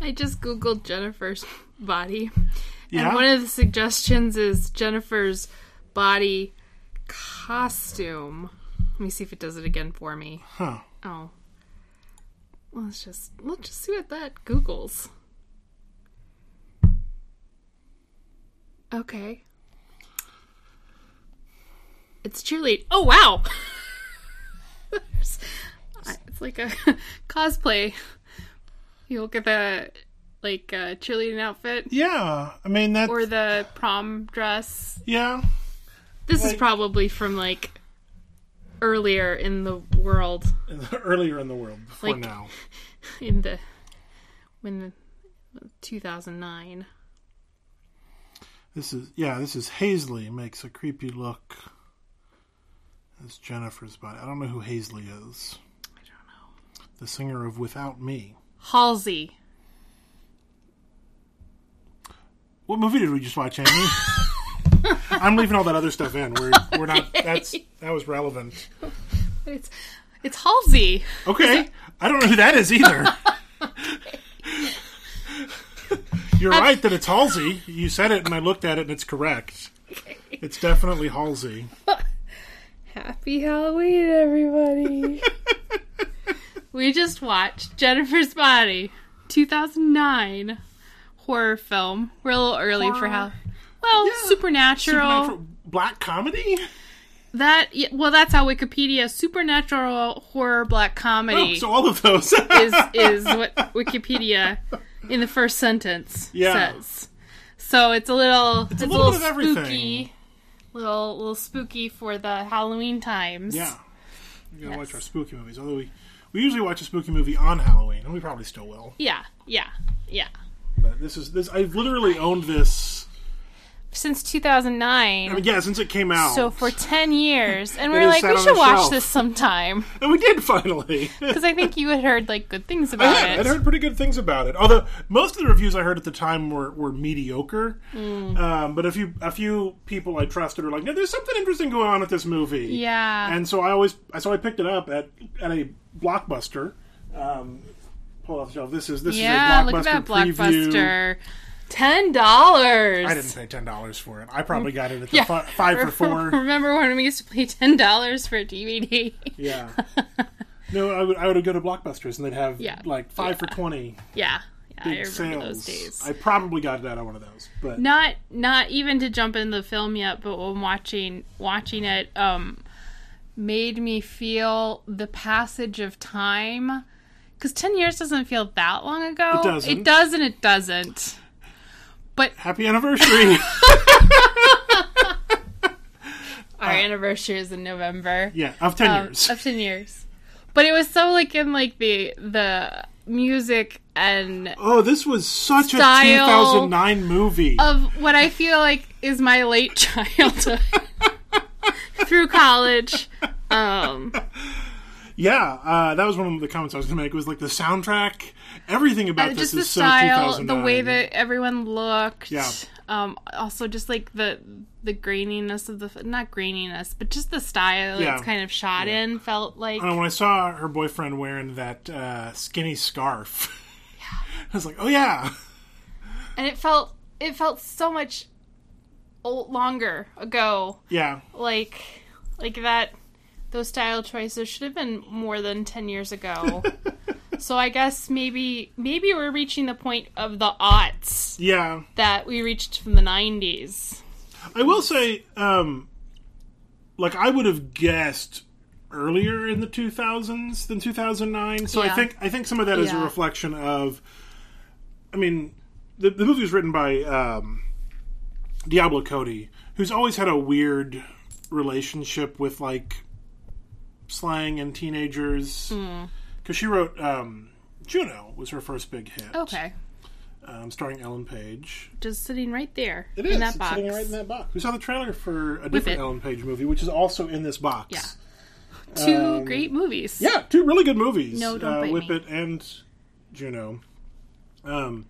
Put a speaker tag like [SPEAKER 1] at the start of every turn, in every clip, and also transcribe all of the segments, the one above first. [SPEAKER 1] I just googled Jennifer's body,
[SPEAKER 2] Yeah.
[SPEAKER 1] and one of the suggestions is Jennifer's body costume. Let me see if it does it again for me.
[SPEAKER 2] huh.
[SPEAKER 1] Oh, let's just let's just see what that Google's. Okay, it's cheerlead. Oh wow, There's- I- it's like a cosplay. You look at the like uh, cheerleading outfit
[SPEAKER 2] Yeah. I mean that's
[SPEAKER 1] or the prom dress.
[SPEAKER 2] yeah.
[SPEAKER 1] This is
[SPEAKER 2] Like-
[SPEAKER 1] probably from like earlier in the world.
[SPEAKER 2] Earlier in the world, before
[SPEAKER 1] Like-
[SPEAKER 2] now.
[SPEAKER 1] in the when the 2009
[SPEAKER 2] This is yeah, this is Hazley makes a creepy look. That's Jennifer's body. I don't know who Hazley is.
[SPEAKER 1] i don't know
[SPEAKER 2] The singer of Without Me.
[SPEAKER 1] halsey
[SPEAKER 2] What movie did we just watch, Amy? I'm leaving all that other stuff in. We're we're not that's that was relevant.
[SPEAKER 1] but it's it's halsey
[SPEAKER 2] Okay. I don't know who that is either. You're right that it's Halsey. You said it and I looked at it and it's correct. It's definitely Halsey.
[SPEAKER 1] happy halloween everybody we just watched jennifer's body 2009 horror film we're a little early for
[SPEAKER 2] Horror.
[SPEAKER 1] how well
[SPEAKER 2] Yeah.
[SPEAKER 1] supernatural,
[SPEAKER 2] Supernatural black comedy?
[SPEAKER 1] that yeah, well that's how wikipedia supernatural horror black comedy
[SPEAKER 2] Oh, so all of those.
[SPEAKER 1] is is what Wikipedia in the first sentence
[SPEAKER 2] Yeah.
[SPEAKER 1] says. So it's a little it's, a
[SPEAKER 2] a little
[SPEAKER 1] little,
[SPEAKER 2] bit of everything.
[SPEAKER 1] spooky, little little spooky for the Halloween times.
[SPEAKER 2] Yeah. We gotta watch our spooky movies. Although we, we usually watch a spooky movie on Halloween, and we probably still will.
[SPEAKER 1] yeah, yeah, yeah.
[SPEAKER 2] But this is this I've literally owned this
[SPEAKER 1] Since
[SPEAKER 2] I
[SPEAKER 1] 2009.
[SPEAKER 2] mean yeah, since it came out.
[SPEAKER 1] So for 10 years, and we're
[SPEAKER 2] has
[SPEAKER 1] like,
[SPEAKER 2] sat
[SPEAKER 1] we
[SPEAKER 2] on
[SPEAKER 1] should
[SPEAKER 2] the
[SPEAKER 1] watch
[SPEAKER 2] shelf.
[SPEAKER 1] this sometime
[SPEAKER 2] And we did finally.
[SPEAKER 1] because I think you had heard like good things
[SPEAKER 2] I
[SPEAKER 1] about
[SPEAKER 2] had,
[SPEAKER 1] it.
[SPEAKER 2] I'd heard pretty good things about it. Although most of the reviews I heard at the time were, were mediocre.
[SPEAKER 1] Mm.
[SPEAKER 2] Um, but a few a few people I trusted were like, "No, there's something interesting going on with this movie."
[SPEAKER 1] Yeah.
[SPEAKER 2] And so I always so I picked it up at at a blockbuster. Um, pull off the shelf. This is this
[SPEAKER 1] yeah,
[SPEAKER 2] is a blockbuster
[SPEAKER 1] look at that
[SPEAKER 2] preview.
[SPEAKER 1] blockbuster. Ten dollars.
[SPEAKER 2] I didn't pay ten dollars for it. I probably got it at the
[SPEAKER 1] Yeah.
[SPEAKER 2] fi- five for four.
[SPEAKER 1] Remember when we used to pay ten dollars for a DVD?
[SPEAKER 2] Yeah. No, I would I would go to Blockbusters and they'd have
[SPEAKER 1] Yeah.
[SPEAKER 2] like five for twenty
[SPEAKER 1] Yeah, yeah, I
[SPEAKER 2] big
[SPEAKER 1] remember
[SPEAKER 2] sales.
[SPEAKER 1] those days.
[SPEAKER 2] I probably got it out of one of those, but
[SPEAKER 1] not not even to jump in the film yet, but when watching watching it, um, made me feel the passage of time. Because ten years doesn't feel that long ago.
[SPEAKER 2] It doesn't.
[SPEAKER 1] It doesn't. It doesn't.
[SPEAKER 2] happy anniversary!
[SPEAKER 1] Our anniversary is in November.
[SPEAKER 2] yeah, of ten
[SPEAKER 1] um,
[SPEAKER 2] Uh, years.
[SPEAKER 1] of 10 years but it was so like in like the the music and
[SPEAKER 2] oh, this was such a
[SPEAKER 1] Style
[SPEAKER 2] 2009 movie.
[SPEAKER 1] of what i feel like is my late childhood through college um
[SPEAKER 2] yeah, uh, that was one of the comments I was going to make. Was like the soundtrack, everything about this
[SPEAKER 1] Uh, just the
[SPEAKER 2] is so
[SPEAKER 1] style
[SPEAKER 2] 2009.
[SPEAKER 1] the way that everyone looked
[SPEAKER 2] Yeah.
[SPEAKER 1] um also just like the the graininess of the not graininess but just the style
[SPEAKER 2] Yeah.
[SPEAKER 1] it's kind of shot in felt like
[SPEAKER 2] And Uh, when I saw her boyfriend wearing that uh, skinny scarf, I was like, oh yeah.
[SPEAKER 1] and it felt it felt so much old, longer ago
[SPEAKER 2] Yeah,
[SPEAKER 1] like like that those style choices should have been more than 10 years ago so i guess maybe maybe we're reaching the point of the aughts
[SPEAKER 2] yeah.
[SPEAKER 1] that we reached from the 90s
[SPEAKER 2] I will say, um, like I would have guessed earlier in the 2000s than 2009. So I
[SPEAKER 1] Yeah.
[SPEAKER 2] think I think some of that is a
[SPEAKER 1] Yeah.
[SPEAKER 2] reflection of. I mean, the, the movie was written by um, Diablo Cody, who's always had a weird relationship with like slang and teenagers,
[SPEAKER 1] Hmm.
[SPEAKER 2] because she wrote um, Juno was her first big hit,
[SPEAKER 1] okay
[SPEAKER 2] um, starring Ellen Page.
[SPEAKER 1] just sitting right there
[SPEAKER 2] It
[SPEAKER 1] in
[SPEAKER 2] is.
[SPEAKER 1] that
[SPEAKER 2] It's
[SPEAKER 1] box
[SPEAKER 2] sitting right in that box. We saw the trailer for a
[SPEAKER 1] With
[SPEAKER 2] different
[SPEAKER 1] it.
[SPEAKER 2] Ellen Page movie, which is also in this box.
[SPEAKER 1] Yeah. two great movies
[SPEAKER 2] Um, Yeah, two really good movies.
[SPEAKER 1] No, don't
[SPEAKER 2] uh,
[SPEAKER 1] bite me.
[SPEAKER 2] Whippet and Juno. Um,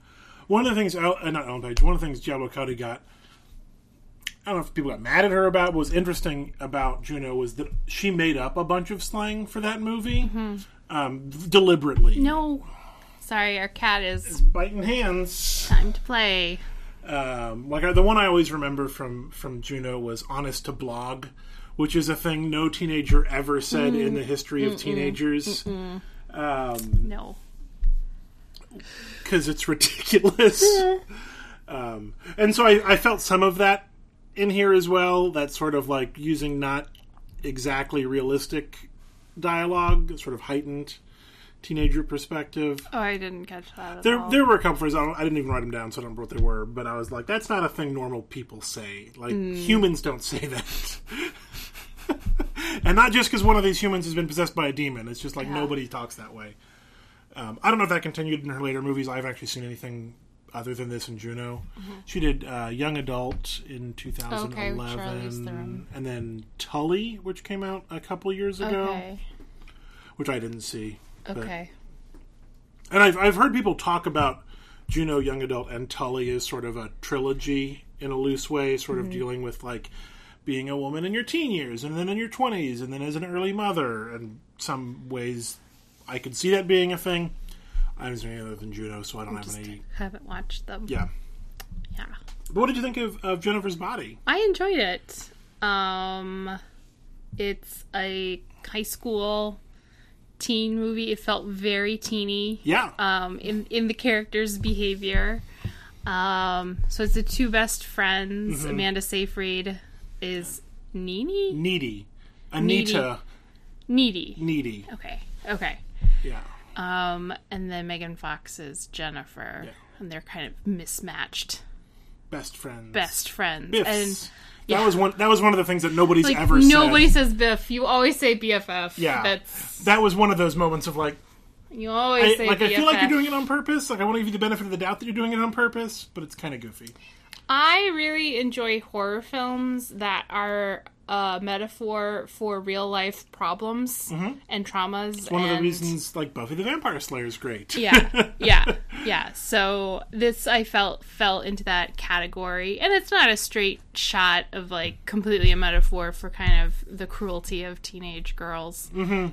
[SPEAKER 2] one of the things, El- uh, not Ellen Page, one of the things Diablo Cody got, I don't know if people got mad at her about, but was interesting about Juno was that she made up a bunch of slang for that movie um, deliberately.
[SPEAKER 1] Mm-hmm. no Sorry, our cat is
[SPEAKER 2] biting hands.
[SPEAKER 1] time to play.
[SPEAKER 2] Um, like I, the one I always remember from from Juno was "honest to blog," which is a thing no teenager ever said in the history of teenagers
[SPEAKER 1] No.
[SPEAKER 2] because it's ridiculous. um, and so I, I felt some of that in here as well. That sort of like using not exactly realistic dialogue, sort of heightened teenager perspective.
[SPEAKER 1] Oh, I didn't catch that at
[SPEAKER 2] There,
[SPEAKER 1] all.
[SPEAKER 2] there were a couple phrases. I, don't, I didn't even write them down, so I don't remember what they were. But I was like, that's not a thing normal people say. Like humans don't say that. and not just because one of these humans has been possessed by a demon. It's just like nobody talks that way. Um, I don't know if that continued in her later movies. I've actually seen anything other than this in Juno. She did uh, Young Adult in 2011,
[SPEAKER 1] Theron.
[SPEAKER 2] and then Tully, which came out a couple years ago,
[SPEAKER 1] Okay.
[SPEAKER 2] which I didn't see. but-
[SPEAKER 1] Okay.
[SPEAKER 2] and I've, I've heard people talk about Juno, Young Adult, and Tully as sort of a trilogy in a loose way, sort
[SPEAKER 1] Mm-hmm.
[SPEAKER 2] of dealing with like being a woman in your teen years, and then in your 20s, and then as an early mother. And some ways I could see that being a thing. I haven't seen any other than Juno, so I don't have any.
[SPEAKER 1] Haven't watched them.
[SPEAKER 2] Yeah.
[SPEAKER 1] Yeah.
[SPEAKER 2] But what did you think of, of Jennifer's body?
[SPEAKER 1] I enjoyed it. Um, it's a high school teen movie. It felt very teeny.
[SPEAKER 2] Yeah.
[SPEAKER 1] Um, in in the character's behavior. Um, so it's the two best friends.
[SPEAKER 2] Mm-hmm.
[SPEAKER 1] Amanda Seyfried is Nini
[SPEAKER 2] needy. Anita,
[SPEAKER 1] needy.
[SPEAKER 2] needy.
[SPEAKER 1] Okay. Okay.
[SPEAKER 2] Yeah.
[SPEAKER 1] Um, and then Megan Fox is Jennifer,
[SPEAKER 2] Yeah.
[SPEAKER 1] and they're kind of mismatched
[SPEAKER 2] Best friends.
[SPEAKER 1] best friends.
[SPEAKER 2] Biffs.
[SPEAKER 1] And
[SPEAKER 2] That was one. That was one of the things that nobody's
[SPEAKER 1] like
[SPEAKER 2] ever
[SPEAKER 1] nobody
[SPEAKER 2] said.
[SPEAKER 1] says Biff. You always say BFF.
[SPEAKER 2] Yeah.
[SPEAKER 1] that's
[SPEAKER 2] That was one of those moments of like,
[SPEAKER 1] you always
[SPEAKER 2] I-
[SPEAKER 1] say
[SPEAKER 2] like
[SPEAKER 1] BFF.
[SPEAKER 2] I feel like you're doing it on purpose. Like I want to give you the benefit of the doubt that you're doing it on purpose, but it's kind of goofy.
[SPEAKER 1] I really enjoy horror films that are a metaphor for real life problems and traumas.
[SPEAKER 2] Mm-hmm. One of the
[SPEAKER 1] and-
[SPEAKER 2] reasons like Buffy the Vampire Slayer is great.
[SPEAKER 1] yeah, yeah, yeah. So this I felt fell into that category, and it's not a straight shot of like completely a metaphor for kind of the cruelty of teenage girls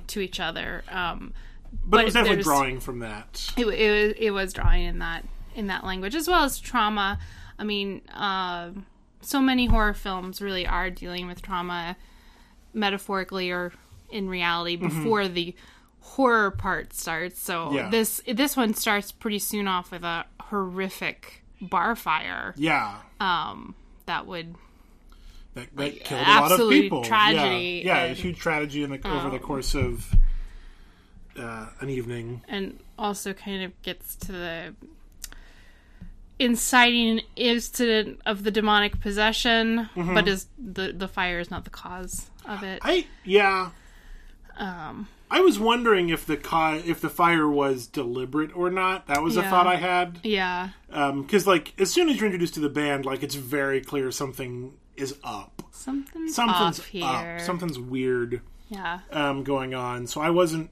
[SPEAKER 1] to each other. Um,
[SPEAKER 2] Mm-hmm. but it was definitely
[SPEAKER 1] there's-
[SPEAKER 2] drawing from that.
[SPEAKER 1] it, it was it was drawing in that in that language as well as trauma. I mean, um so many horror films really are dealing with trauma metaphorically or in reality before the horror part starts. So
[SPEAKER 2] Mm-hmm. Yeah.
[SPEAKER 1] this this one starts pretty soon off with a horrific bar fire
[SPEAKER 2] Yeah,
[SPEAKER 1] um, that would
[SPEAKER 2] that, that killed a lot of
[SPEAKER 1] absolute
[SPEAKER 2] people.
[SPEAKER 1] tragedy
[SPEAKER 2] yeah, yeah a
[SPEAKER 1] and- Oh.
[SPEAKER 2] huge tragedy in the, over the course of uh, an evening.
[SPEAKER 1] and also kind of gets to the inciting incident of the demonic possession, but is the the fire is not the cause of it.
[SPEAKER 2] Mm-hmm. I yeah.
[SPEAKER 1] um,
[SPEAKER 2] I was wondering if the ca- if the fire was deliberate or not. That was a
[SPEAKER 1] Yeah.
[SPEAKER 2] thought I had.
[SPEAKER 1] yeah,
[SPEAKER 2] because like as soon as you're introduced to the band, like it's very clear something is up.
[SPEAKER 1] something's,
[SPEAKER 2] Something's
[SPEAKER 1] off here.
[SPEAKER 2] up. Something's weird
[SPEAKER 1] yeah,
[SPEAKER 2] um, going on. So I wasn't.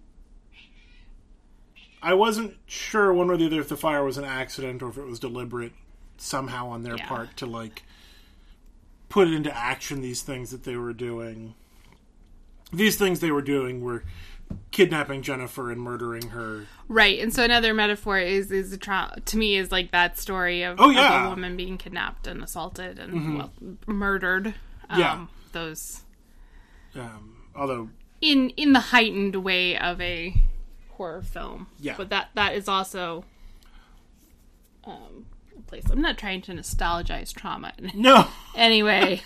[SPEAKER 2] I wasn't sure one way or the other if the fire was an accident or if it was deliberate somehow on their
[SPEAKER 1] Yeah.
[SPEAKER 2] part to like put into action these things that they were doing. These things they were doing were kidnapping Jennifer and murdering her.
[SPEAKER 1] right. And so another metaphor is is a tra- to me is like that story of,
[SPEAKER 2] Oh,
[SPEAKER 1] of
[SPEAKER 2] yeah. Mm-hmm.
[SPEAKER 1] a woman being kidnapped and assaulted and well, murdered. Um,
[SPEAKER 2] Yeah.
[SPEAKER 1] those
[SPEAKER 2] Um, although
[SPEAKER 1] in in the heightened way of a horror film.
[SPEAKER 2] Yeah.
[SPEAKER 1] But that that is also um, a place. I'm not trying to nostalgize trauma in
[SPEAKER 2] no,
[SPEAKER 1] any way.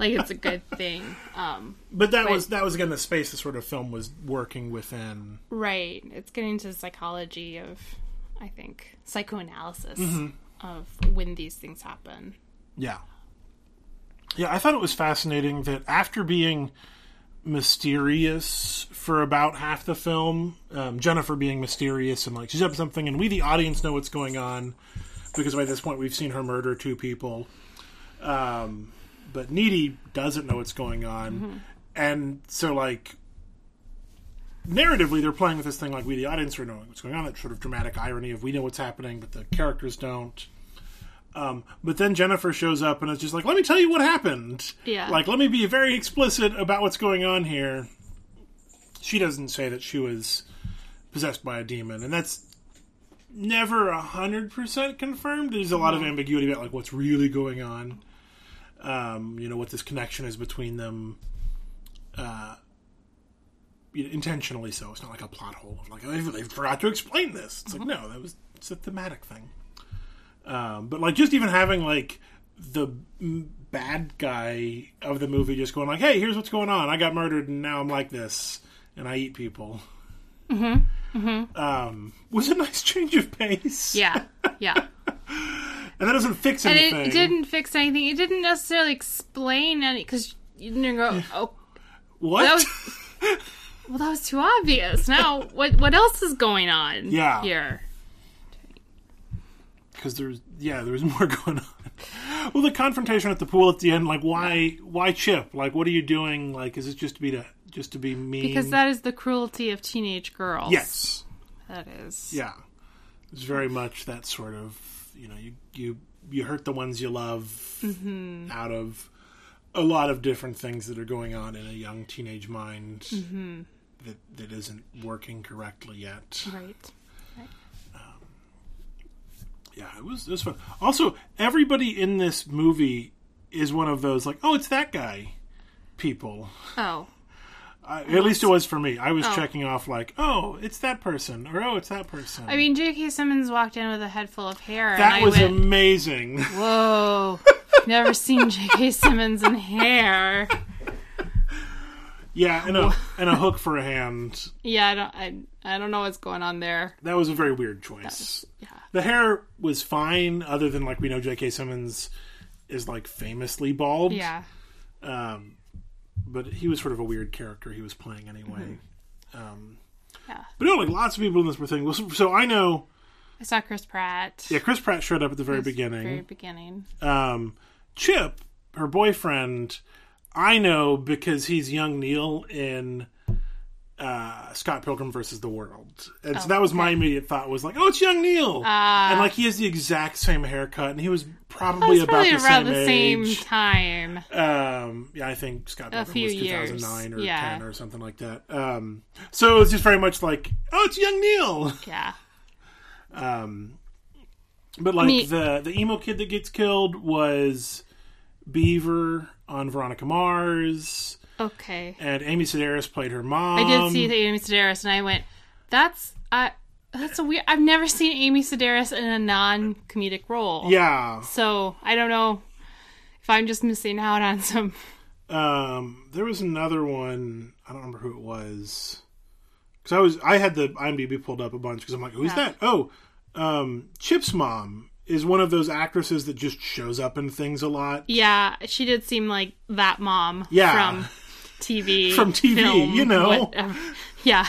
[SPEAKER 1] like it's a good thing. Um,
[SPEAKER 2] but that was that was again the space the sort of film was working within.
[SPEAKER 1] right. It's getting to the psychology of, I think, psychoanalysis of when these things happen.
[SPEAKER 2] Yeah. Yeah, I thought it was fascinating that after being mysterious for about half the film, um, Jennifer being mysterious and like she's up to something, and we, the audience, know what's going on because by this point we've seen her murder two people. Um, but Needy doesn't know what's going on. And so, like, narratively, they're playing with this thing like we, the audience, are knowing what's going on. That sort of dramatic irony of we know what's happening, but the characters don't. Um, but then Jennifer shows up and it's just like, let me tell you what happened.
[SPEAKER 1] Yeah.
[SPEAKER 2] Like, let me be very explicit about what's going on here. She doesn't say that she was possessed by a demon, and that's never a hundred percent confirmed. There's a lot of ambiguity about like what's really going on. Um, you know what this connection is between them. Uh, you know, intentionally so. It's not like a plot hole of like oh, they, they forgot to explain this. It's
[SPEAKER 1] Mm-hmm.
[SPEAKER 2] like no, that was it's a thematic thing. Um, but like just even having like the m- bad guy of the movie just going like, hey, here's what's going on. I got murdered and now I'm like this and I eat people. Um, was a nice change of pace.
[SPEAKER 1] Mm-hmm. Yeah, yeah.
[SPEAKER 2] And that doesn't fix
[SPEAKER 1] and
[SPEAKER 2] anything.
[SPEAKER 1] it didn't fix anything. It didn't necessarily explain any because you didn't go. Oh,
[SPEAKER 2] What?
[SPEAKER 1] that was- well, that was too obvious. Now, what what else is going on?
[SPEAKER 2] Yeah.
[SPEAKER 1] here.
[SPEAKER 2] because there's yeah there was more going on well the confrontation at the pool at the end like why why chip like what are you doing like is this just to be to just to be mean
[SPEAKER 1] Because that is the cruelty of teenage girls.
[SPEAKER 2] yes
[SPEAKER 1] that is.
[SPEAKER 2] yeah it's very much that sort of you know you you you hurt the ones you love out of a lot of different things that are going on in a young teenage mind that that isn't working correctly yet
[SPEAKER 1] Right.
[SPEAKER 2] Yeah, it was it was fun. Also, everybody in this movie is one of those like, oh, it's that guy, people.
[SPEAKER 1] Oh,
[SPEAKER 2] I, at least it was for me. I was
[SPEAKER 1] Oh.
[SPEAKER 2] checking off like, oh, it's that person, or oh, it's that person.
[SPEAKER 1] I mean, J.K. Simmons walked in with a head full of hair, and
[SPEAKER 2] that
[SPEAKER 1] I
[SPEAKER 2] was
[SPEAKER 1] went,
[SPEAKER 2] amazing.
[SPEAKER 1] "Whoa, never seen J.K. Simmons in hair."
[SPEAKER 2] yeah, and a and a hook for a hand.
[SPEAKER 1] Yeah, I don't, I, I don't know what's going on there.
[SPEAKER 2] That was a very weird choice.
[SPEAKER 1] Yeah,
[SPEAKER 2] The hair was fine, other than like we know J.K. Simmons is like famously bald.
[SPEAKER 1] yeah.
[SPEAKER 2] Um, but he was sort of a weird character he was playing anyway. Um,
[SPEAKER 1] Mm-hmm. Yeah.
[SPEAKER 2] But no, like lots of people in this were thinking. Well, so, so I know.
[SPEAKER 1] I saw Chris Pratt.
[SPEAKER 2] Yeah, Chris Pratt showed up at the very
[SPEAKER 1] Very
[SPEAKER 2] beginning.
[SPEAKER 1] beginning.
[SPEAKER 2] Um, Chip, her boyfriend, I know because he's young Neil in uh, Scott Pilgrim versus the World, and
[SPEAKER 1] Oh,
[SPEAKER 2] so that was my immediate thought was like, oh, it's young Neil, and like he has the exact same haircut, and he was
[SPEAKER 1] That
[SPEAKER 2] probably
[SPEAKER 1] was
[SPEAKER 2] about
[SPEAKER 1] Ah. probably
[SPEAKER 2] the
[SPEAKER 1] around
[SPEAKER 2] same
[SPEAKER 1] the same
[SPEAKER 2] age.
[SPEAKER 1] time.
[SPEAKER 2] Um, yeah, I think Scott Pilgrim
[SPEAKER 1] few
[SPEAKER 2] was two
[SPEAKER 1] years,
[SPEAKER 2] thousand nine or
[SPEAKER 1] yeah.
[SPEAKER 2] ten or something like that. Um, so it's just very much like, oh, it's young Neil.
[SPEAKER 1] Yeah.
[SPEAKER 2] But like
[SPEAKER 1] Me-
[SPEAKER 2] the the emo kid that gets killed was Beaver on Veronica Mars,
[SPEAKER 1] Okay.
[SPEAKER 2] and Amy Sedaris played her mom.
[SPEAKER 1] I did see the Amy Sedaris, and I went, "That's I." That's a weird. I've never seen Amy Sedaris in a non-comedic role.
[SPEAKER 2] Yeah,
[SPEAKER 1] So I don't know if I'm just missing out on some.
[SPEAKER 2] um, there was another one. I don't remember who it was. Because I was I had the IMDb pulled up a bunch because I'm like, who's that? Oh, um, Chip's mom is one of those actresses that just shows up in things a lot.
[SPEAKER 1] Yeah, she did seem like that mom.
[SPEAKER 2] Yeah.
[SPEAKER 1] From TV.
[SPEAKER 2] From TV,
[SPEAKER 1] film,
[SPEAKER 2] you know.
[SPEAKER 1] whatever. Yeah.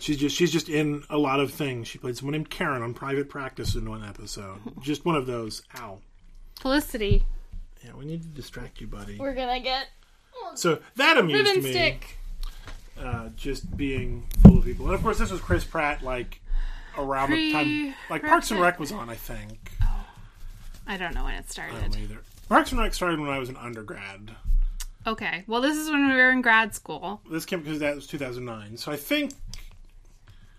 [SPEAKER 2] She's just she's just in a lot of things. She played someone named Karen on Private Practice in one episode. Just one of those. Ow.
[SPEAKER 1] Felicity.
[SPEAKER 2] Yeah, we need to distract you, buddy.
[SPEAKER 1] We're gonna get
[SPEAKER 2] So that amused
[SPEAKER 1] ribbon
[SPEAKER 2] me.
[SPEAKER 1] stick.
[SPEAKER 2] Uh, just being full of people, and of course, this was Chris Pratt, like around the time, like Parks and Rec was on, I think.
[SPEAKER 1] I don't know when it
[SPEAKER 2] I don't
[SPEAKER 1] started.
[SPEAKER 2] know either. Parks and Rec started when I was an undergrad.
[SPEAKER 1] Okay. Well, this is when we were in grad school.
[SPEAKER 2] This came because that was 2009, so I think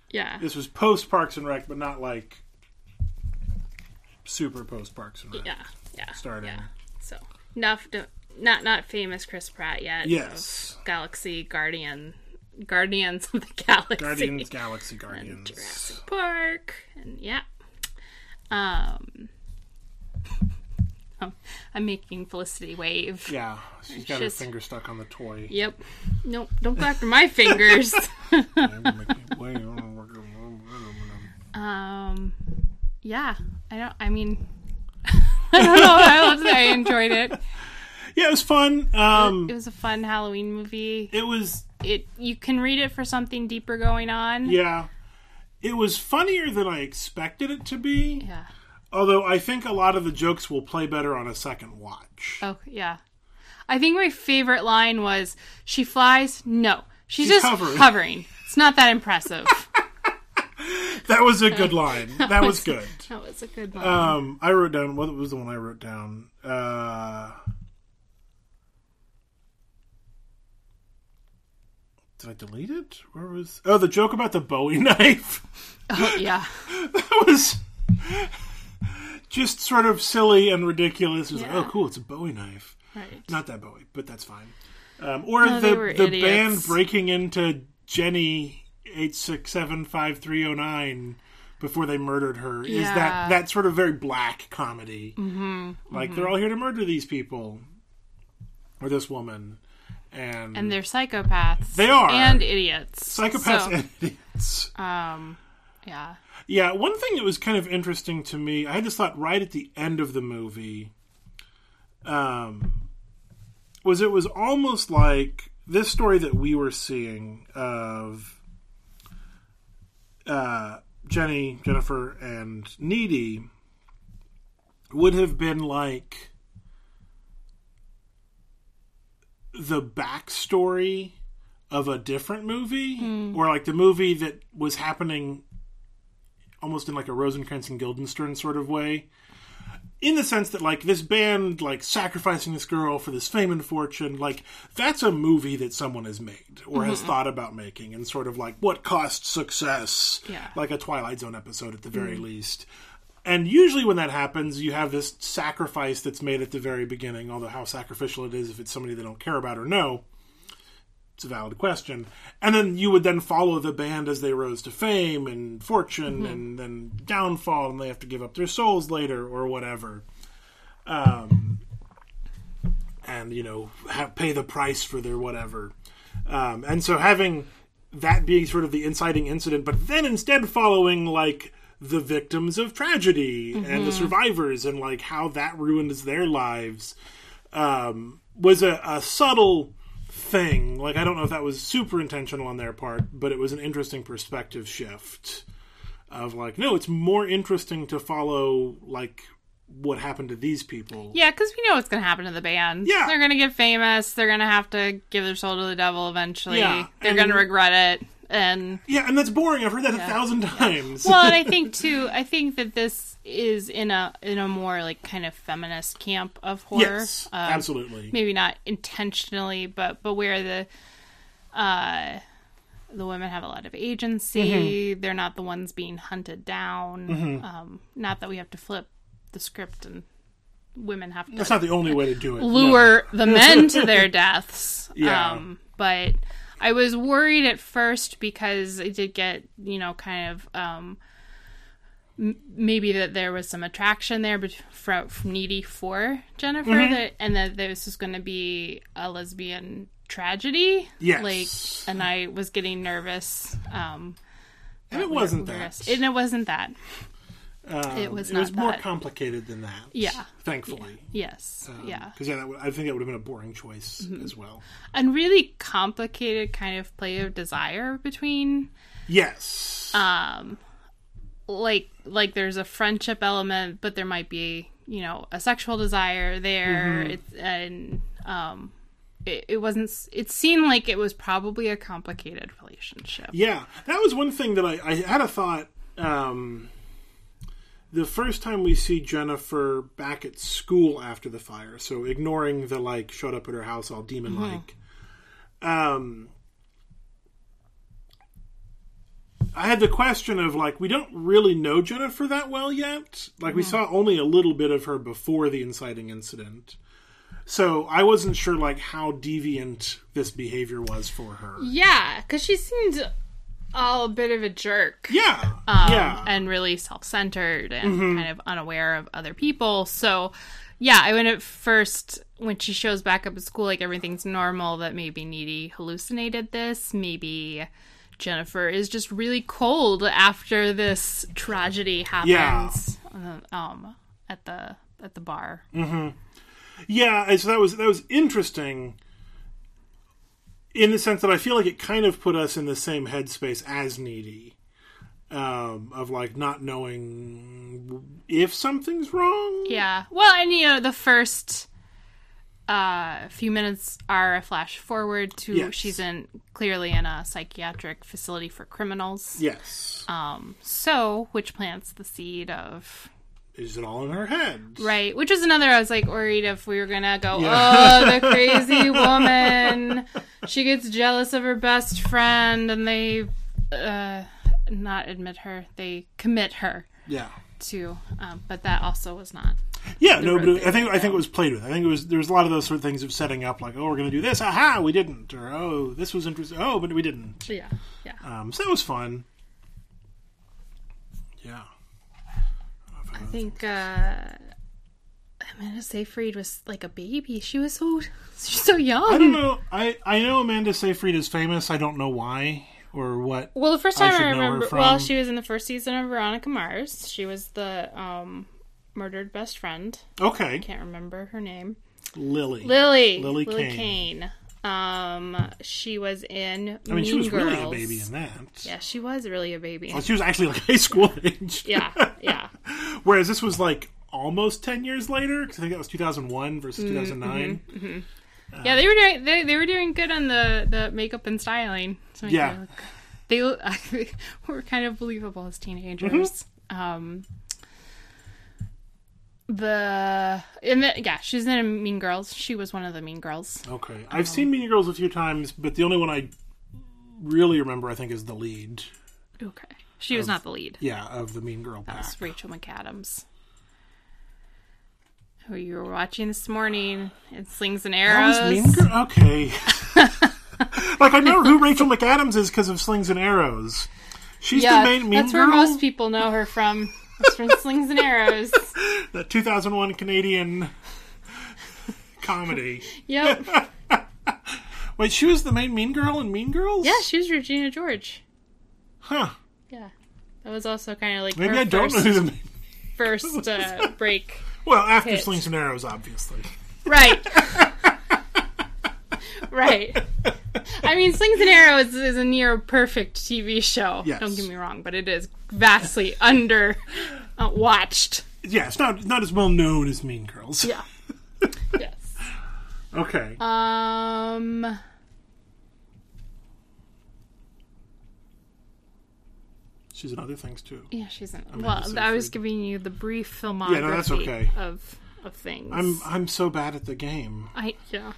[SPEAKER 1] Yeah.
[SPEAKER 2] this was post Parks and Rec, but not like super post Parks and Rec.
[SPEAKER 1] Yeah. Yeah.
[SPEAKER 2] Starting.
[SPEAKER 1] Yeah. So enough. To, not not famous Chris Pratt yet.
[SPEAKER 2] Yes.
[SPEAKER 1] of Galaxy Guardian. Guardians of the Galaxy.
[SPEAKER 2] Guardians, Galaxy Guardians.
[SPEAKER 1] Jurassic Park, and yeah. Um, um, I'm making Felicity wave.
[SPEAKER 2] Yeah, she's got
[SPEAKER 1] Just-
[SPEAKER 2] her finger stuck on the toy.
[SPEAKER 1] Yep. Nope. Don't go after my fingers.
[SPEAKER 2] oh,
[SPEAKER 1] um, yeah. I don't. I mean, I don't know. what else to say. I enjoyed it.
[SPEAKER 2] yeah, it was fun. Um,
[SPEAKER 1] It was a fun Halloween movie.
[SPEAKER 2] it was
[SPEAKER 1] It you can read it for something deeper going on.
[SPEAKER 2] yeah, it was funnier than I expected it to be.
[SPEAKER 1] Yeah.
[SPEAKER 2] Although I think a lot of the jokes will play better on a second watch.
[SPEAKER 1] Oh yeah. I think my favorite line was she flies. No, she's,
[SPEAKER 2] She's
[SPEAKER 1] just
[SPEAKER 2] hovering."
[SPEAKER 1] hovering. It's not that impressive.
[SPEAKER 2] That was a good line. That was good.
[SPEAKER 1] that was a good line.
[SPEAKER 2] Um, I wrote down what was the one I wrote down. Uh, Did I delete it? Where was? Oh, the joke about the Bowie knife.
[SPEAKER 1] Oh, yeah.
[SPEAKER 2] that was just sort of silly and ridiculous. It was
[SPEAKER 1] Yeah.
[SPEAKER 2] like, oh, cool, it's a Bowie knife.
[SPEAKER 1] Right.
[SPEAKER 2] Not that Bowie, but that's fine. Um, or
[SPEAKER 1] No, they were
[SPEAKER 2] the the band
[SPEAKER 1] idiots.
[SPEAKER 2] breaking into Jenny eight six seven five three zero nine before they murdered her is
[SPEAKER 1] Yeah.
[SPEAKER 2] that that sort of very black comedy. Mm-hmm, like they're all here to murder these people or this woman, and,
[SPEAKER 1] And they're psychopaths.
[SPEAKER 2] They are.
[SPEAKER 1] And idiots.
[SPEAKER 2] psychopaths
[SPEAKER 1] So,
[SPEAKER 2] and idiots.
[SPEAKER 1] um, yeah.
[SPEAKER 2] Yeah, one thing that was kind of interesting to me, I had this thought right at the end of the movie, um, was it was almost like this story that we were seeing of uh, Jenny, Jennifer, and Needy would have been like the backstory of a different movie, or like the movie that was happening almost in like a Rosencrantz and Guildenstern sort of way. In the sense that, like, this band, like, sacrificing this girl for this fame and fortune, like, that's a movie that someone has made or has thought about making, and sort of like, what cost success?
[SPEAKER 1] Yeah.
[SPEAKER 2] Like a Twilight Zone episode at the very least. And usually when that happens, you have this sacrifice that's made at the very beginning, although how sacrificial it is if it's somebody they don't care about or know it's a valid question. And then you would then follow the band as they rose to fame and fortune and then downfall, and they have to give up their souls later or whatever. Um, and, you know, have, pay the price for their whatever. Um, and so having that being sort of the inciting incident, but then instead following, like, the victims of tragedy and the survivors and, like, how that ruins their lives um, was a, a subtle thing. Like I don't know if that was super intentional on their part, but it was an interesting perspective shift of like, no, it's more interesting to follow like what happened to these people.
[SPEAKER 1] Yeah, because we know what's going to happen to the band.
[SPEAKER 2] Yeah.
[SPEAKER 1] They're going to get famous. They're going to have to give their soul to the devil eventually.
[SPEAKER 2] Yeah,
[SPEAKER 1] They're
[SPEAKER 2] and-
[SPEAKER 1] going to regret it. And
[SPEAKER 2] Yeah, and that's boring. I've heard that a thousand times.
[SPEAKER 1] well, and I think too, I think that this is in a in a more like kind of feminist camp of horror.
[SPEAKER 2] yes,
[SPEAKER 1] Um,
[SPEAKER 2] absolutely.
[SPEAKER 1] maybe not intentionally, but but where the uh, the women have a lot of agency. They're not the ones being hunted down. Um, not that we have to flip the script and women have to
[SPEAKER 2] That's not the only way to do it. no.
[SPEAKER 1] lure the men to their deaths.
[SPEAKER 2] Yeah.
[SPEAKER 1] Um, but I was worried at first because I did get, you know, kind of um, m- maybe that there was some attraction there bet- from, from Needy for Jennifer,
[SPEAKER 2] Mm-hmm.
[SPEAKER 1] that, and that this was going to be a lesbian tragedy.
[SPEAKER 2] Yes.
[SPEAKER 1] Like, and I was getting nervous. Um,
[SPEAKER 2] And it wasn't that.
[SPEAKER 1] and it wasn't that.
[SPEAKER 2] Um,
[SPEAKER 1] it was
[SPEAKER 2] It
[SPEAKER 1] not
[SPEAKER 2] was more
[SPEAKER 1] that.
[SPEAKER 2] complicated than that.
[SPEAKER 1] Yeah.
[SPEAKER 2] Thankfully.
[SPEAKER 1] Yes. yeah. Mm-hmm.
[SPEAKER 2] Because yeah, that would, I think that would have been a boring choice as well.
[SPEAKER 1] And really complicated kind of play of desire between
[SPEAKER 2] Yes.
[SPEAKER 1] like like there's a friendship element, but there might be you know a sexual desire there. It's and um, it, it wasn't. s- It seemed like it was probably a complicated relationship.
[SPEAKER 2] Yeah, that was one thing that I, I had a thought. Um, the first time we see Jennifer back at school after the fire, so ignoring the like, showed up at her house all demon like. Um, I had the question of like, we don't really know Jennifer that well yet. Like, we saw only a little bit of her before the inciting incident. So I wasn't sure like how deviant this behavior was for her.
[SPEAKER 1] Yeah, because she seemed all a bit of a jerk.
[SPEAKER 2] Yeah,
[SPEAKER 1] um,
[SPEAKER 2] yeah. Mm-hmm.
[SPEAKER 1] and really self-centered and kind of unaware of other people so yeah i went at first when she shows back up at school like everything's normal that maybe needy hallucinated this maybe jennifer is just really cold after this tragedy happens uh, um, at the at the bar
[SPEAKER 2] Mm-hmm. Yeah, and so that was that was interesting in the sense that I feel like it kind of put us in the same headspace as needy um, of like not knowing if something's wrong.
[SPEAKER 1] yeah well and you know the first uh, few minutes are a flash forward to
[SPEAKER 2] Yes.
[SPEAKER 1] she's in clearly in a psychiatric facility for criminals
[SPEAKER 2] Yes,
[SPEAKER 1] Um, so, which plants the seed of
[SPEAKER 2] is it all in her head?
[SPEAKER 1] right, which is another. I was like worried if we were gonna go,
[SPEAKER 2] Yeah.
[SPEAKER 1] oh, the crazy "Oh, woman. she gets jealous of her best friend and they uh, not admit her, they commit her
[SPEAKER 2] Yeah.
[SPEAKER 1] to. Um, but that also was not.
[SPEAKER 2] Yeah, no,
[SPEAKER 1] road
[SPEAKER 2] but
[SPEAKER 1] they
[SPEAKER 2] I think
[SPEAKER 1] went
[SPEAKER 2] I think it was played with. I think it was there was a lot of those sort of things of setting up like, oh, we're going to do this, aha, we didn't, or oh, this was interesting, oh, but we didn't.
[SPEAKER 1] Yeah, yeah.
[SPEAKER 2] Um, so that was fun. Yeah,
[SPEAKER 1] I think. Uh, Amanda Seyfried was like a baby. She was so she's so young.
[SPEAKER 2] I don't know. I I know Amanda Seyfried is famous. I don't know why or what.
[SPEAKER 1] Well, the first
[SPEAKER 2] I
[SPEAKER 1] time
[SPEAKER 2] should
[SPEAKER 1] I,
[SPEAKER 2] know her
[SPEAKER 1] remember, well,
[SPEAKER 2] from-
[SPEAKER 1] she was in the first season of Veronica Mars. She was the um, murdered best friend.
[SPEAKER 2] Okay,
[SPEAKER 1] Can't remember her name.
[SPEAKER 2] Lily.
[SPEAKER 1] Lily.
[SPEAKER 2] Lily
[SPEAKER 1] Kane. Um, she was in.
[SPEAKER 2] I mean, she
[SPEAKER 1] Mean
[SPEAKER 2] was really a
[SPEAKER 1] Girls.
[SPEAKER 2] baby in that.
[SPEAKER 1] Yeah, she was really a baby.
[SPEAKER 2] She was actually like high school age.
[SPEAKER 1] yeah, yeah,
[SPEAKER 2] Whereas this was like almost ten years later because I think that was two thousand one versus
[SPEAKER 1] Mm-hmm.
[SPEAKER 2] two thousand nine.
[SPEAKER 1] yeah. They were doing they, they were doing good on the the makeup and styling. So I
[SPEAKER 2] Yeah.
[SPEAKER 1] think they look- they were kind of believable as teenagers.
[SPEAKER 2] Mm-hmm.
[SPEAKER 1] Um, the and the, yeah, she was in Mean Girls. She was one of the Mean Girls.
[SPEAKER 2] Okay, I've seen Mean Girls a few times, but the only one I really remember, I think, is the lead.
[SPEAKER 1] Okay, she was not the lead.
[SPEAKER 2] Um, Yeah, of the Mean Girl pack.
[SPEAKER 1] It's Rachel McAdams, who you were watching this morning in Slings and Arrows.
[SPEAKER 2] That was Mean Girl. Okay. like I know who Rachel McAdams is because of Slings and Arrows. She's
[SPEAKER 1] yeah,
[SPEAKER 2] the main Mean
[SPEAKER 1] that's where
[SPEAKER 2] Girl.
[SPEAKER 1] most people know her from. It's from Slings and Arrows.
[SPEAKER 2] the 2001 Canadian comedy.
[SPEAKER 1] Yep.
[SPEAKER 2] Wait, she was the main Mean Girl in Mean Girls?
[SPEAKER 1] Yeah, she was Regina George.
[SPEAKER 2] Huh.
[SPEAKER 1] Yeah, that was also kind of like
[SPEAKER 2] Maybe
[SPEAKER 1] her
[SPEAKER 2] I don't know
[SPEAKER 1] first,
[SPEAKER 2] who the main.
[SPEAKER 1] first uh, break.
[SPEAKER 2] Well, after
[SPEAKER 1] Hit.
[SPEAKER 2] Slings and Arrows, obviously.
[SPEAKER 1] Right. right. I mean, Slings and Arrows is a near perfect TV show.
[SPEAKER 2] Yes.
[SPEAKER 1] Don't get me wrong, but it is vastly under uh, watched.
[SPEAKER 2] Yeah, it's not not as well known as Mean Girls.
[SPEAKER 1] Yeah. Uh, yes.
[SPEAKER 2] Okay.
[SPEAKER 1] Um.
[SPEAKER 2] She's in other things too.
[SPEAKER 1] Yeah, she's in. well,
[SPEAKER 2] Seyfried.
[SPEAKER 1] I was giving you the brief filmography
[SPEAKER 2] no, that's okay.
[SPEAKER 1] of of things.
[SPEAKER 2] I'm I'm so bad at the game,
[SPEAKER 1] I yeah.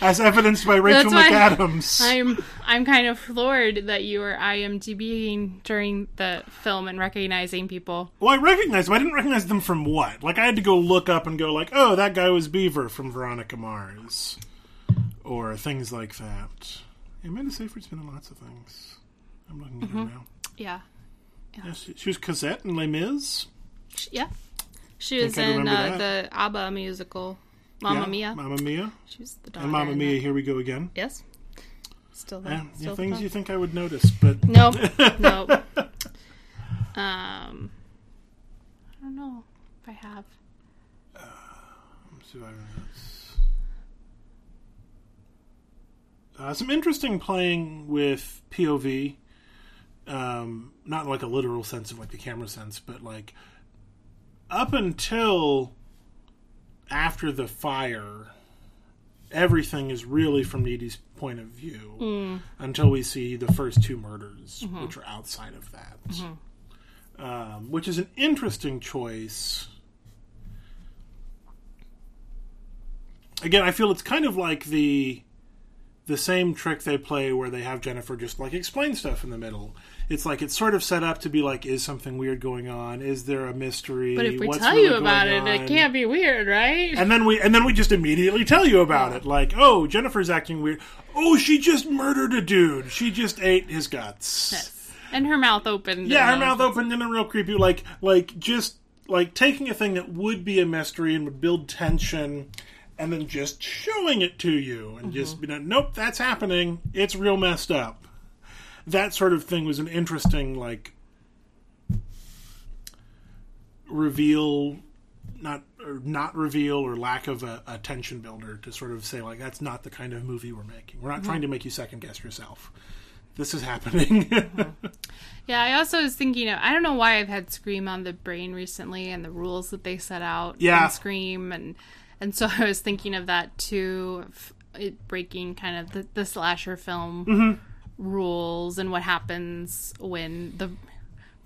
[SPEAKER 2] as evidenced by Rachel
[SPEAKER 1] why-
[SPEAKER 2] McAdams.
[SPEAKER 1] I'm I'm kind of floored that you were IMDbing during the film and recognizing people.
[SPEAKER 2] Well, I recognize them. I didn't recognize them from what? Like, I had to go look up and go, like, oh, that guy was Beaver from Veronica Mars, or things like that. Amanda Seyfried's been in lots of things. I'm looking at
[SPEAKER 1] Mm-hmm.
[SPEAKER 2] her now.
[SPEAKER 1] Yeah,
[SPEAKER 2] Yeah, she, she was Cosette in Les Mis.
[SPEAKER 1] Sh- yeah. She was
[SPEAKER 2] I
[SPEAKER 1] in
[SPEAKER 2] remember
[SPEAKER 1] uh, the ABBA musical, Mamma Mia. Oh,
[SPEAKER 2] Mamma Mia,
[SPEAKER 1] She was the daughter.
[SPEAKER 2] and Mamma
[SPEAKER 1] in
[SPEAKER 2] Mia.
[SPEAKER 1] that.
[SPEAKER 2] Here we go again.
[SPEAKER 1] Yes. Still there.
[SPEAKER 2] Yeah, yeah,
[SPEAKER 1] still the
[SPEAKER 2] things
[SPEAKER 1] film.
[SPEAKER 2] you think I would notice, but
[SPEAKER 1] Nope. nope. Um, I don't know if I have.
[SPEAKER 2] Uh, some interesting playing with POV, um, not in, like a literal sense of like the camera sense, but like up until after the fire, everything is really from Edie's point of view
[SPEAKER 1] Mm.
[SPEAKER 2] until we see the first two murders,
[SPEAKER 1] Mm-hmm.
[SPEAKER 2] which are outside of that, um, which is an interesting choice. again, I feel it's kind of like the the same trick they play where they have Jennifer just like explain stuff in the middle. It's like it's sort of set up to be like, is something weird going on? Is there a mystery?
[SPEAKER 1] But if we
[SPEAKER 2] What's
[SPEAKER 1] tell
[SPEAKER 2] really
[SPEAKER 1] you
[SPEAKER 2] going
[SPEAKER 1] about it,
[SPEAKER 2] on?
[SPEAKER 1] it can't be weird, right?
[SPEAKER 2] And then we and then we just immediately tell you about it. Like, oh, Jennifer's acting weird. Oh, she just murdered a dude. She just ate his guts.
[SPEAKER 1] Yes. And her mouth opened.
[SPEAKER 2] Yeah, her
[SPEAKER 1] and-
[SPEAKER 2] mouth opened in a real creepy like like just like taking a thing that would be a mystery and would build tension and then just showing it to you and just being like, nope, that's happening. It's real messed up. That sort of thing was an interesting like reveal not or not reveal or lack of a, a tension builder to sort of say like that's not the kind of movie we're making. We're not trying to make you second guess yourself. This is happening.
[SPEAKER 1] Yeah, I also was thinking of I don't know why I've had Scream on the brain recently and the rules that they set out
[SPEAKER 2] Yeah.
[SPEAKER 1] in Scream and and so I was thinking of that too of it breaking kind of the,
[SPEAKER 2] Mm-hmm.
[SPEAKER 1] the slasher film rules and what happens when the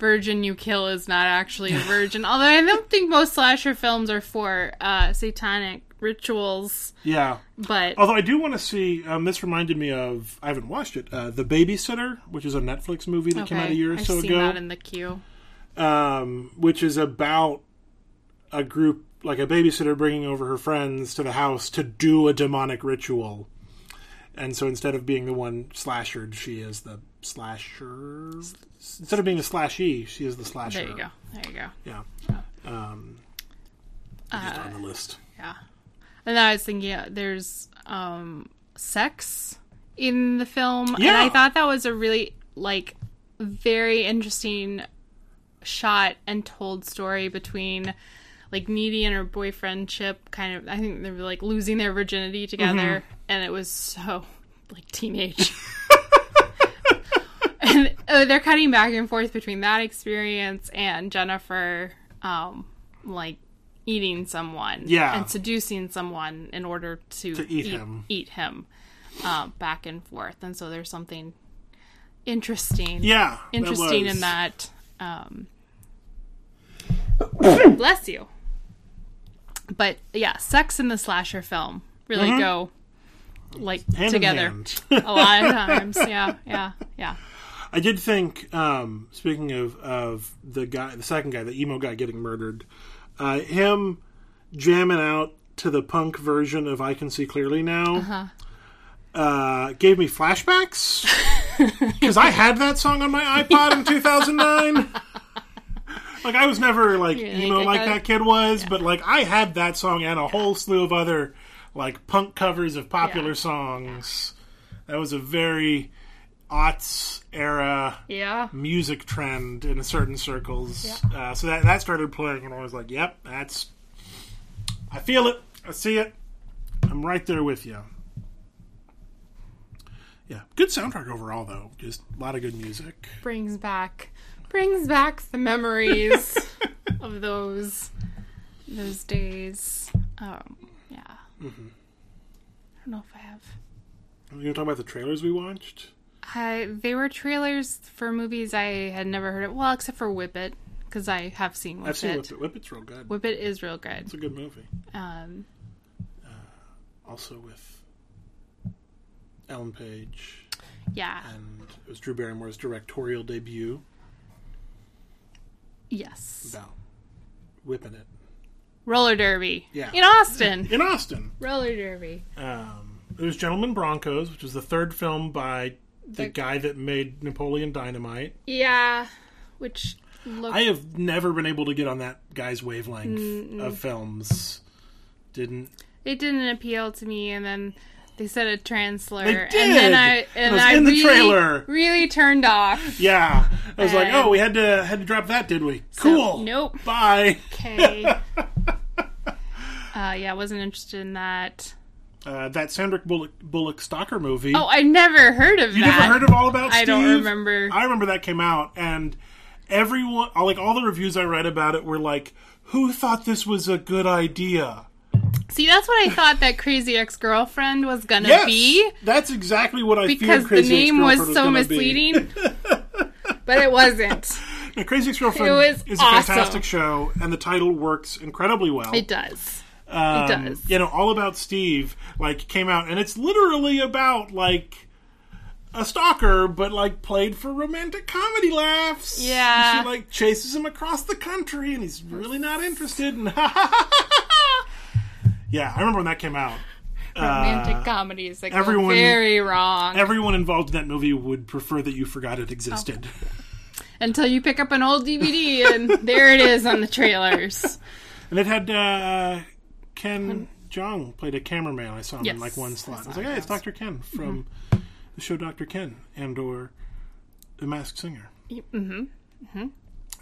[SPEAKER 1] virgin you kill is not actually a virgin. Although I don't think most slasher films are for uh, satanic rituals,
[SPEAKER 2] Yeah.
[SPEAKER 1] but
[SPEAKER 2] Although I do want to see, um, this reminded me of, I haven't watched it, uh, The Babysitter, which is a Netflix movie that came out a year or
[SPEAKER 1] I've
[SPEAKER 2] so
[SPEAKER 1] seen
[SPEAKER 2] ago.
[SPEAKER 1] that in the queue.
[SPEAKER 2] um, which is about a group like a babysitter bringing over her friends to the house to do a demonic ritual. And so instead of being the one slashered, she is the slasher. Instead of being a slashee, she is the slasher.
[SPEAKER 1] There you go. There you go.
[SPEAKER 2] Yeah. Um, just
[SPEAKER 1] Uh,
[SPEAKER 2] on the list.
[SPEAKER 1] Yeah. And then I was thinking, yeah, there's um, sex in the film. And I
[SPEAKER 2] Yeah.
[SPEAKER 1] thought that was a really, like, very interesting shot and told story between, like, Needy and her boyfriend Chip kind of, I think they were, like, losing their virginity together. And it was so, like, teenage. and uh, they're cutting back and forth between that experience and Jennifer, um, like, eating someone
[SPEAKER 2] Yeah.
[SPEAKER 1] and seducing someone in order to,
[SPEAKER 2] eat him.
[SPEAKER 1] eat him uh, back and forth and so there's something interesting
[SPEAKER 2] Yeah. that
[SPEAKER 1] interesting
[SPEAKER 2] was-
[SPEAKER 1] in that um, bless you but yeah sex in the slasher film really go like
[SPEAKER 2] Mm-hmm. Hand in
[SPEAKER 1] together
[SPEAKER 2] hand.
[SPEAKER 1] a lot of times yeah yeah yeah
[SPEAKER 2] I did think, um, speaking of, of the guy, the second guy, the emo guy getting murdered, uh, him jamming out to the punk version of "I Can See Clearly Now" uh gave me flashbacks because I had that song on my iPod in 2009. Like I was never like
[SPEAKER 1] didn't
[SPEAKER 2] emo
[SPEAKER 1] get
[SPEAKER 2] like
[SPEAKER 1] that?
[SPEAKER 2] that kid was, but like I had that song and a whole slew of other like punk covers of popular
[SPEAKER 1] Yeah.
[SPEAKER 2] songs. That was a very aughts era
[SPEAKER 1] yeah
[SPEAKER 2] music trend in certain circles. Uh, so that that started playing, and I was like, "Yep, that's." I feel it. I see it. I'm right there with you. Yeah, good soundtrack overall, though. Just a lot of good music.
[SPEAKER 1] brings back brings back the memories of those those days. Um, yeah.
[SPEAKER 2] Mm-hmm.
[SPEAKER 1] I don't know if I have.
[SPEAKER 2] You want to talk about the trailers we watched?
[SPEAKER 1] I they were trailers for movies I had never heard of. Well, except for Whippet, because I have seen Whippet.
[SPEAKER 2] I've seen Whippet. Whippet's real good.
[SPEAKER 1] Whippet is real good.
[SPEAKER 2] It's a good movie.
[SPEAKER 1] Um,
[SPEAKER 2] Also with Ellen Page,
[SPEAKER 1] yeah.
[SPEAKER 2] and it was Drew Barrymore's directorial debut.
[SPEAKER 1] Yes.
[SPEAKER 2] About whipping it
[SPEAKER 1] Roller derby.
[SPEAKER 2] Yeah.
[SPEAKER 1] In Austin.
[SPEAKER 2] in Austin.
[SPEAKER 1] Roller derby.
[SPEAKER 2] Um, it was Gentleman Broncos, which was the third film by the
[SPEAKER 1] The-
[SPEAKER 2] guy that made Napoleon Dynamite.
[SPEAKER 1] Yeah. Which looked.
[SPEAKER 2] I have never been able to get on that guy's wavelength of films. Didn't
[SPEAKER 1] it didn't appeal to me and then they said a trans slur
[SPEAKER 2] They
[SPEAKER 1] and
[SPEAKER 2] did!
[SPEAKER 1] then i
[SPEAKER 2] It
[SPEAKER 1] and
[SPEAKER 2] was
[SPEAKER 1] i
[SPEAKER 2] in the
[SPEAKER 1] really,
[SPEAKER 2] trailer.
[SPEAKER 1] really turned off
[SPEAKER 2] yeah. I was like,
[SPEAKER 1] And-
[SPEAKER 2] oh, we had to had to drop that, did we? Cool.
[SPEAKER 1] nope.
[SPEAKER 2] Bye.
[SPEAKER 1] okay uh yeah i wasn't interested in that
[SPEAKER 2] Uh, that Sandrick Bullock, Bullock stalker movie.
[SPEAKER 1] oh i never heard of
[SPEAKER 2] you
[SPEAKER 1] that
[SPEAKER 2] never heard of All About
[SPEAKER 1] I
[SPEAKER 2] Steve?
[SPEAKER 1] don't remember.
[SPEAKER 2] I remember that came out, and everyone, like all the reviews I read about it, were like, "Who thought this was a good idea?"
[SPEAKER 1] see that's what i thought that crazy ex-girlfriend was gonna
[SPEAKER 2] Yes,
[SPEAKER 1] be
[SPEAKER 2] that's exactly what I
[SPEAKER 1] because
[SPEAKER 2] feared
[SPEAKER 1] the
[SPEAKER 2] Crazy
[SPEAKER 1] name was
[SPEAKER 2] Ex-Girlfriend
[SPEAKER 1] so
[SPEAKER 2] gonna be.
[SPEAKER 1] misleading but it wasn't
[SPEAKER 2] No, Crazy Ex-Girlfriend
[SPEAKER 1] It was
[SPEAKER 2] is a
[SPEAKER 1] awesome.
[SPEAKER 2] fantastic show, and the title works incredibly well.
[SPEAKER 1] it does
[SPEAKER 2] Um,
[SPEAKER 1] does.
[SPEAKER 2] You know, All About Steve like came out, and it's literally about like a stalker, but like played for romantic comedy laughs.
[SPEAKER 1] Yeah.
[SPEAKER 2] she like chases him across the country, and he's really not interested. And yeah, I remember when that came out.
[SPEAKER 1] romantic comedies that go
[SPEAKER 2] Uh, everyone-
[SPEAKER 1] very wrong
[SPEAKER 2] Everyone involved in that movie would prefer that you forgot it existed.
[SPEAKER 1] until you pick up an old dvd and there it is on the trailers
[SPEAKER 2] And it had uh, Ken Jong played a cameraman. I saw him in like
[SPEAKER 1] Yes,
[SPEAKER 2] one
[SPEAKER 1] I
[SPEAKER 2] slot. I,
[SPEAKER 1] saw Mm-hmm.
[SPEAKER 2] was like, hey, it's Dr. Ken from the show Dr. Ken and or The Masked Singer. Mm-hmm. Mm-hmm.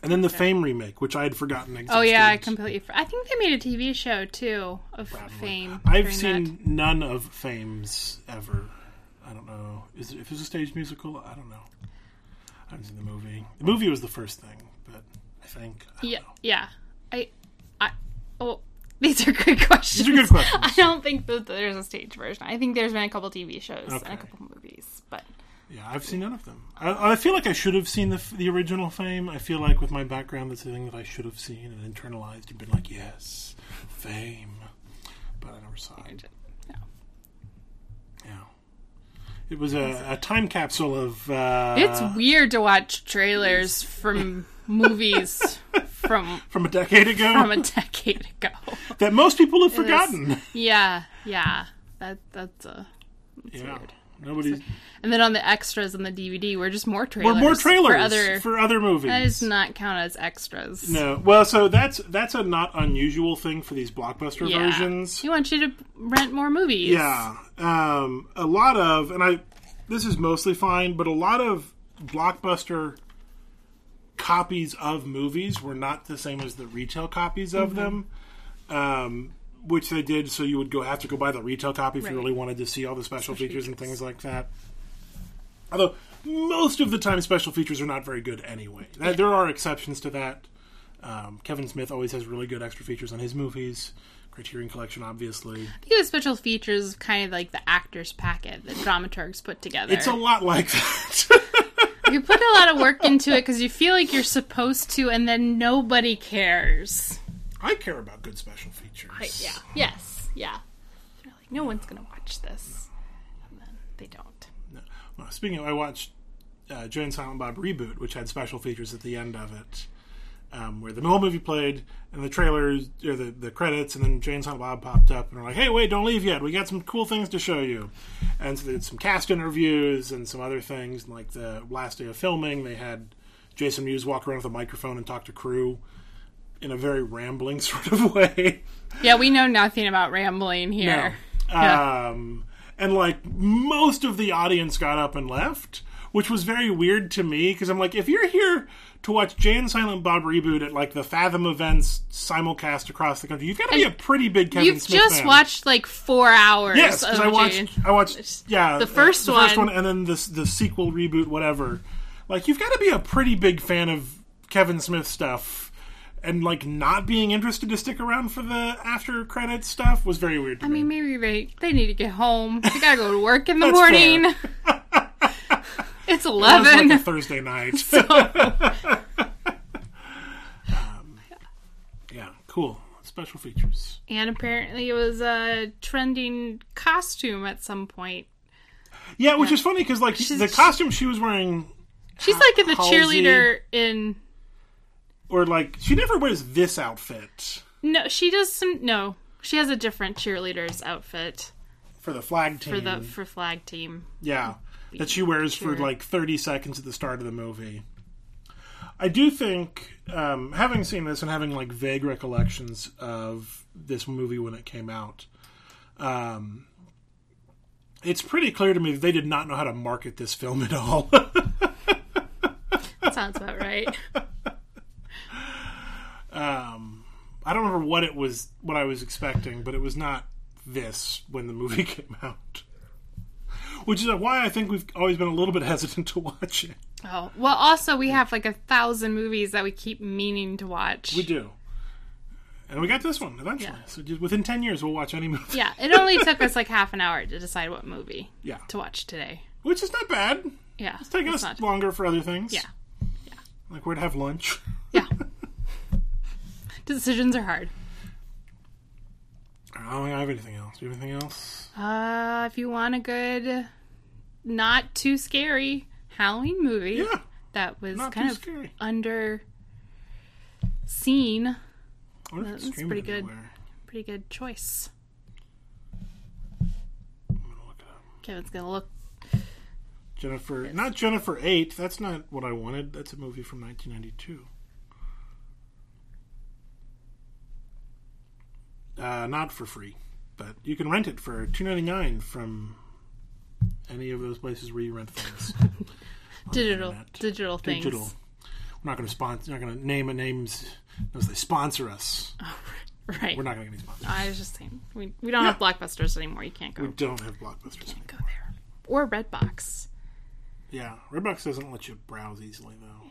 [SPEAKER 2] And then the Fame remake, which I had forgotten existed.
[SPEAKER 1] Oh yeah, I completely. For- I think they made a TV show too of Fame.
[SPEAKER 2] I've
[SPEAKER 1] during
[SPEAKER 2] seen
[SPEAKER 1] that.
[SPEAKER 2] none of Fame's ever. I don't know. Is it, if it's a stage musical, I don't know. I haven't seen the movie. The movie was the first thing, but I think. I don't
[SPEAKER 1] Yeah,
[SPEAKER 2] know.
[SPEAKER 1] yeah. I, I. Oh, these are good questions.
[SPEAKER 2] These are good
[SPEAKER 1] I
[SPEAKER 2] questions.
[SPEAKER 1] don't think that there's a stage version. I think there's been a couple TV shows and
[SPEAKER 2] Okay.
[SPEAKER 1] a couple movies, but
[SPEAKER 2] Yeah, I've seen none of them. I, I feel like I should have seen the f- the original Fame. I feel like with my background, that's the thing that I should have seen and internalized and been like, yes, Fame. But I never saw it.
[SPEAKER 1] No.
[SPEAKER 2] Yeah, it was a, a time capsule of. Uh,
[SPEAKER 1] It's weird to watch trailers from movies from
[SPEAKER 2] from a decade ago
[SPEAKER 1] from a decade ago.
[SPEAKER 2] that most people have forgotten.
[SPEAKER 1] Yeah, yeah. That that's uh
[SPEAKER 2] yeah, nobody's.
[SPEAKER 1] and then on the extras on the DVD were just more trailers.
[SPEAKER 2] Or more trailers
[SPEAKER 1] for other
[SPEAKER 2] movies.
[SPEAKER 1] that does not count as extras.
[SPEAKER 2] No, well, so that's that's a not unusual thing for these blockbuster
[SPEAKER 1] Yeah.
[SPEAKER 2] versions.
[SPEAKER 1] He wants you to rent more movies.
[SPEAKER 2] Yeah, um, a lot of, and I this is mostly fine, but a lot of blockbuster copies of movies were not the same as the retail copies of them. Um, which they did, so you would go have to go buy the retail copy if you
[SPEAKER 1] Right.
[SPEAKER 2] really wanted to see all the special features and things like that. Although most of the time, special features are not very good anyway. That, There are exceptions to that. Um, Kevin Smith always has really good extra features on his movies. Criterion Collection, obviously.
[SPEAKER 1] I think it was special features kind of like the actors packet that dramaturgs put together.
[SPEAKER 2] It's a lot like that.
[SPEAKER 1] you put a lot of work into it because you feel like you're supposed to, and then nobody cares.
[SPEAKER 2] I care about good special features.
[SPEAKER 1] Yeah. Yes. Yeah. They're like, no one's gonna watch this, and then they don't.
[SPEAKER 2] No. Well, speaking of, I watched uh, Jay and Silent Bob Reboot, which had special features at the end of it, um, where the whole movie played and the trailers, or the, the credits, and then Jay and Silent Bob popped up and were like, hey, wait, don't leave yet. We got some cool things to show you. And so they did some cast interviews and some other things. And like the last day of filming, they had Jason Mewes walk around with a microphone and talk to crew in a very rambling sort of way.
[SPEAKER 1] Yeah, we know nothing about rambling here. Yeah.
[SPEAKER 2] Um, and like most of the audience got up and left, which was very weird to me because I'm like, if you're here to watch Jay and Silent Bob reboot at like the Fathom events simulcast across the country, you've got to be a pretty big Kevin
[SPEAKER 1] You've
[SPEAKER 2] Smith
[SPEAKER 1] just
[SPEAKER 2] fan.
[SPEAKER 1] watched like four hours.
[SPEAKER 2] Yes, because
[SPEAKER 1] of
[SPEAKER 2] I watched.
[SPEAKER 1] Jane.
[SPEAKER 2] I watched. Yeah,
[SPEAKER 1] The first
[SPEAKER 2] the first
[SPEAKER 1] one.
[SPEAKER 2] one, and then this the sequel reboot, whatever. Like you've got to be a pretty big fan of Kevin Smith stuff, and like not being interested to stick around for the after credits stuff was very weird. To
[SPEAKER 1] I mean, maybe they they need to get home. They gotta go to work in the
[SPEAKER 2] That's fair.
[SPEAKER 1] morning. it's
[SPEAKER 2] It was
[SPEAKER 1] eleven.
[SPEAKER 2] like a Thursday night. Um, yeah, cool. Special features.
[SPEAKER 1] and apparently, it was a trending costume at some point.
[SPEAKER 2] Yeah, which is funny because like the costume she was wearing,
[SPEAKER 1] She's like in the
[SPEAKER 2] Halsey.
[SPEAKER 1] cheerleader in.
[SPEAKER 2] or like she never wears this outfit
[SPEAKER 1] No, she does some. No, she has a different cheerleader's outfit
[SPEAKER 2] for the flag team.
[SPEAKER 1] for the for flag team.
[SPEAKER 2] yeah, that she wears
[SPEAKER 1] Sure.
[SPEAKER 2] for like thirty seconds at the start of the movie. I do think, um, having seen this and having like vague recollections of this movie when it came out, um, it's pretty clear to me that they did not know how to market this film at all.
[SPEAKER 1] That sounds about right.
[SPEAKER 2] um, I don't remember what it was, what I was expecting, but it was not this when the movie came out. Which is why I think we've always been a little bit hesitant to watch it.
[SPEAKER 1] Oh well. Also, we have like a thousand movies that we keep meaning to watch.
[SPEAKER 2] We do. And we got this one eventually.
[SPEAKER 1] Yeah.
[SPEAKER 2] So just within 10 years, we'll watch any movie.
[SPEAKER 1] Yeah, it only took us like half an hour to decide what movie
[SPEAKER 2] Yeah.
[SPEAKER 1] to watch today.
[SPEAKER 2] Which is not bad.
[SPEAKER 1] Yeah,
[SPEAKER 2] It's taking us
[SPEAKER 1] not-
[SPEAKER 2] longer for other things.
[SPEAKER 1] Yeah.
[SPEAKER 2] Like where to have lunch.
[SPEAKER 1] yeah. Decisions are hard.
[SPEAKER 2] I don't think I have anything else. Do you have anything else?
[SPEAKER 1] Uh, if you want a good, not too scary Halloween movie
[SPEAKER 2] Yeah.
[SPEAKER 1] that was
[SPEAKER 2] Not
[SPEAKER 1] kind
[SPEAKER 2] too
[SPEAKER 1] of
[SPEAKER 2] scary.
[SPEAKER 1] under seen,
[SPEAKER 2] I wonder if
[SPEAKER 1] That
[SPEAKER 2] it's
[SPEAKER 1] was
[SPEAKER 2] streaming
[SPEAKER 1] pretty good.
[SPEAKER 2] anywhere.
[SPEAKER 1] pretty good choice.
[SPEAKER 2] I'm gonna look it up.
[SPEAKER 1] Kevin's gonna look.
[SPEAKER 2] Jennifer, not Jennifer 8. That's not what I wanted. That's a movie from 1992. Uh, not for free, but you can rent it for 2.99 from any of those places where you rent films. on the
[SPEAKER 1] Digital,
[SPEAKER 2] internet.
[SPEAKER 1] digital things.
[SPEAKER 2] Digital. We're not going to sponsor. We're not going to name a names unless they sponsor us.
[SPEAKER 1] Oh, Right.
[SPEAKER 2] We're not going to get any sponsors.
[SPEAKER 1] I was just saying, we, we don't have blockbusters anymore. You can't go,
[SPEAKER 2] We don't have blockbusters.
[SPEAKER 1] go there. Or Redbox.
[SPEAKER 2] Yeah, Redbox doesn't let you browse easily though.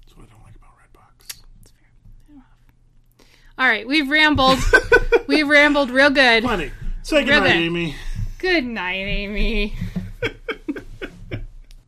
[SPEAKER 2] That's what I don't like about Redbox.
[SPEAKER 1] All right, we've rambled. we've rambled real good.
[SPEAKER 2] Plenty. Say goodnight,
[SPEAKER 1] Ribbon.
[SPEAKER 2] Amy.
[SPEAKER 1] Good night, Amy.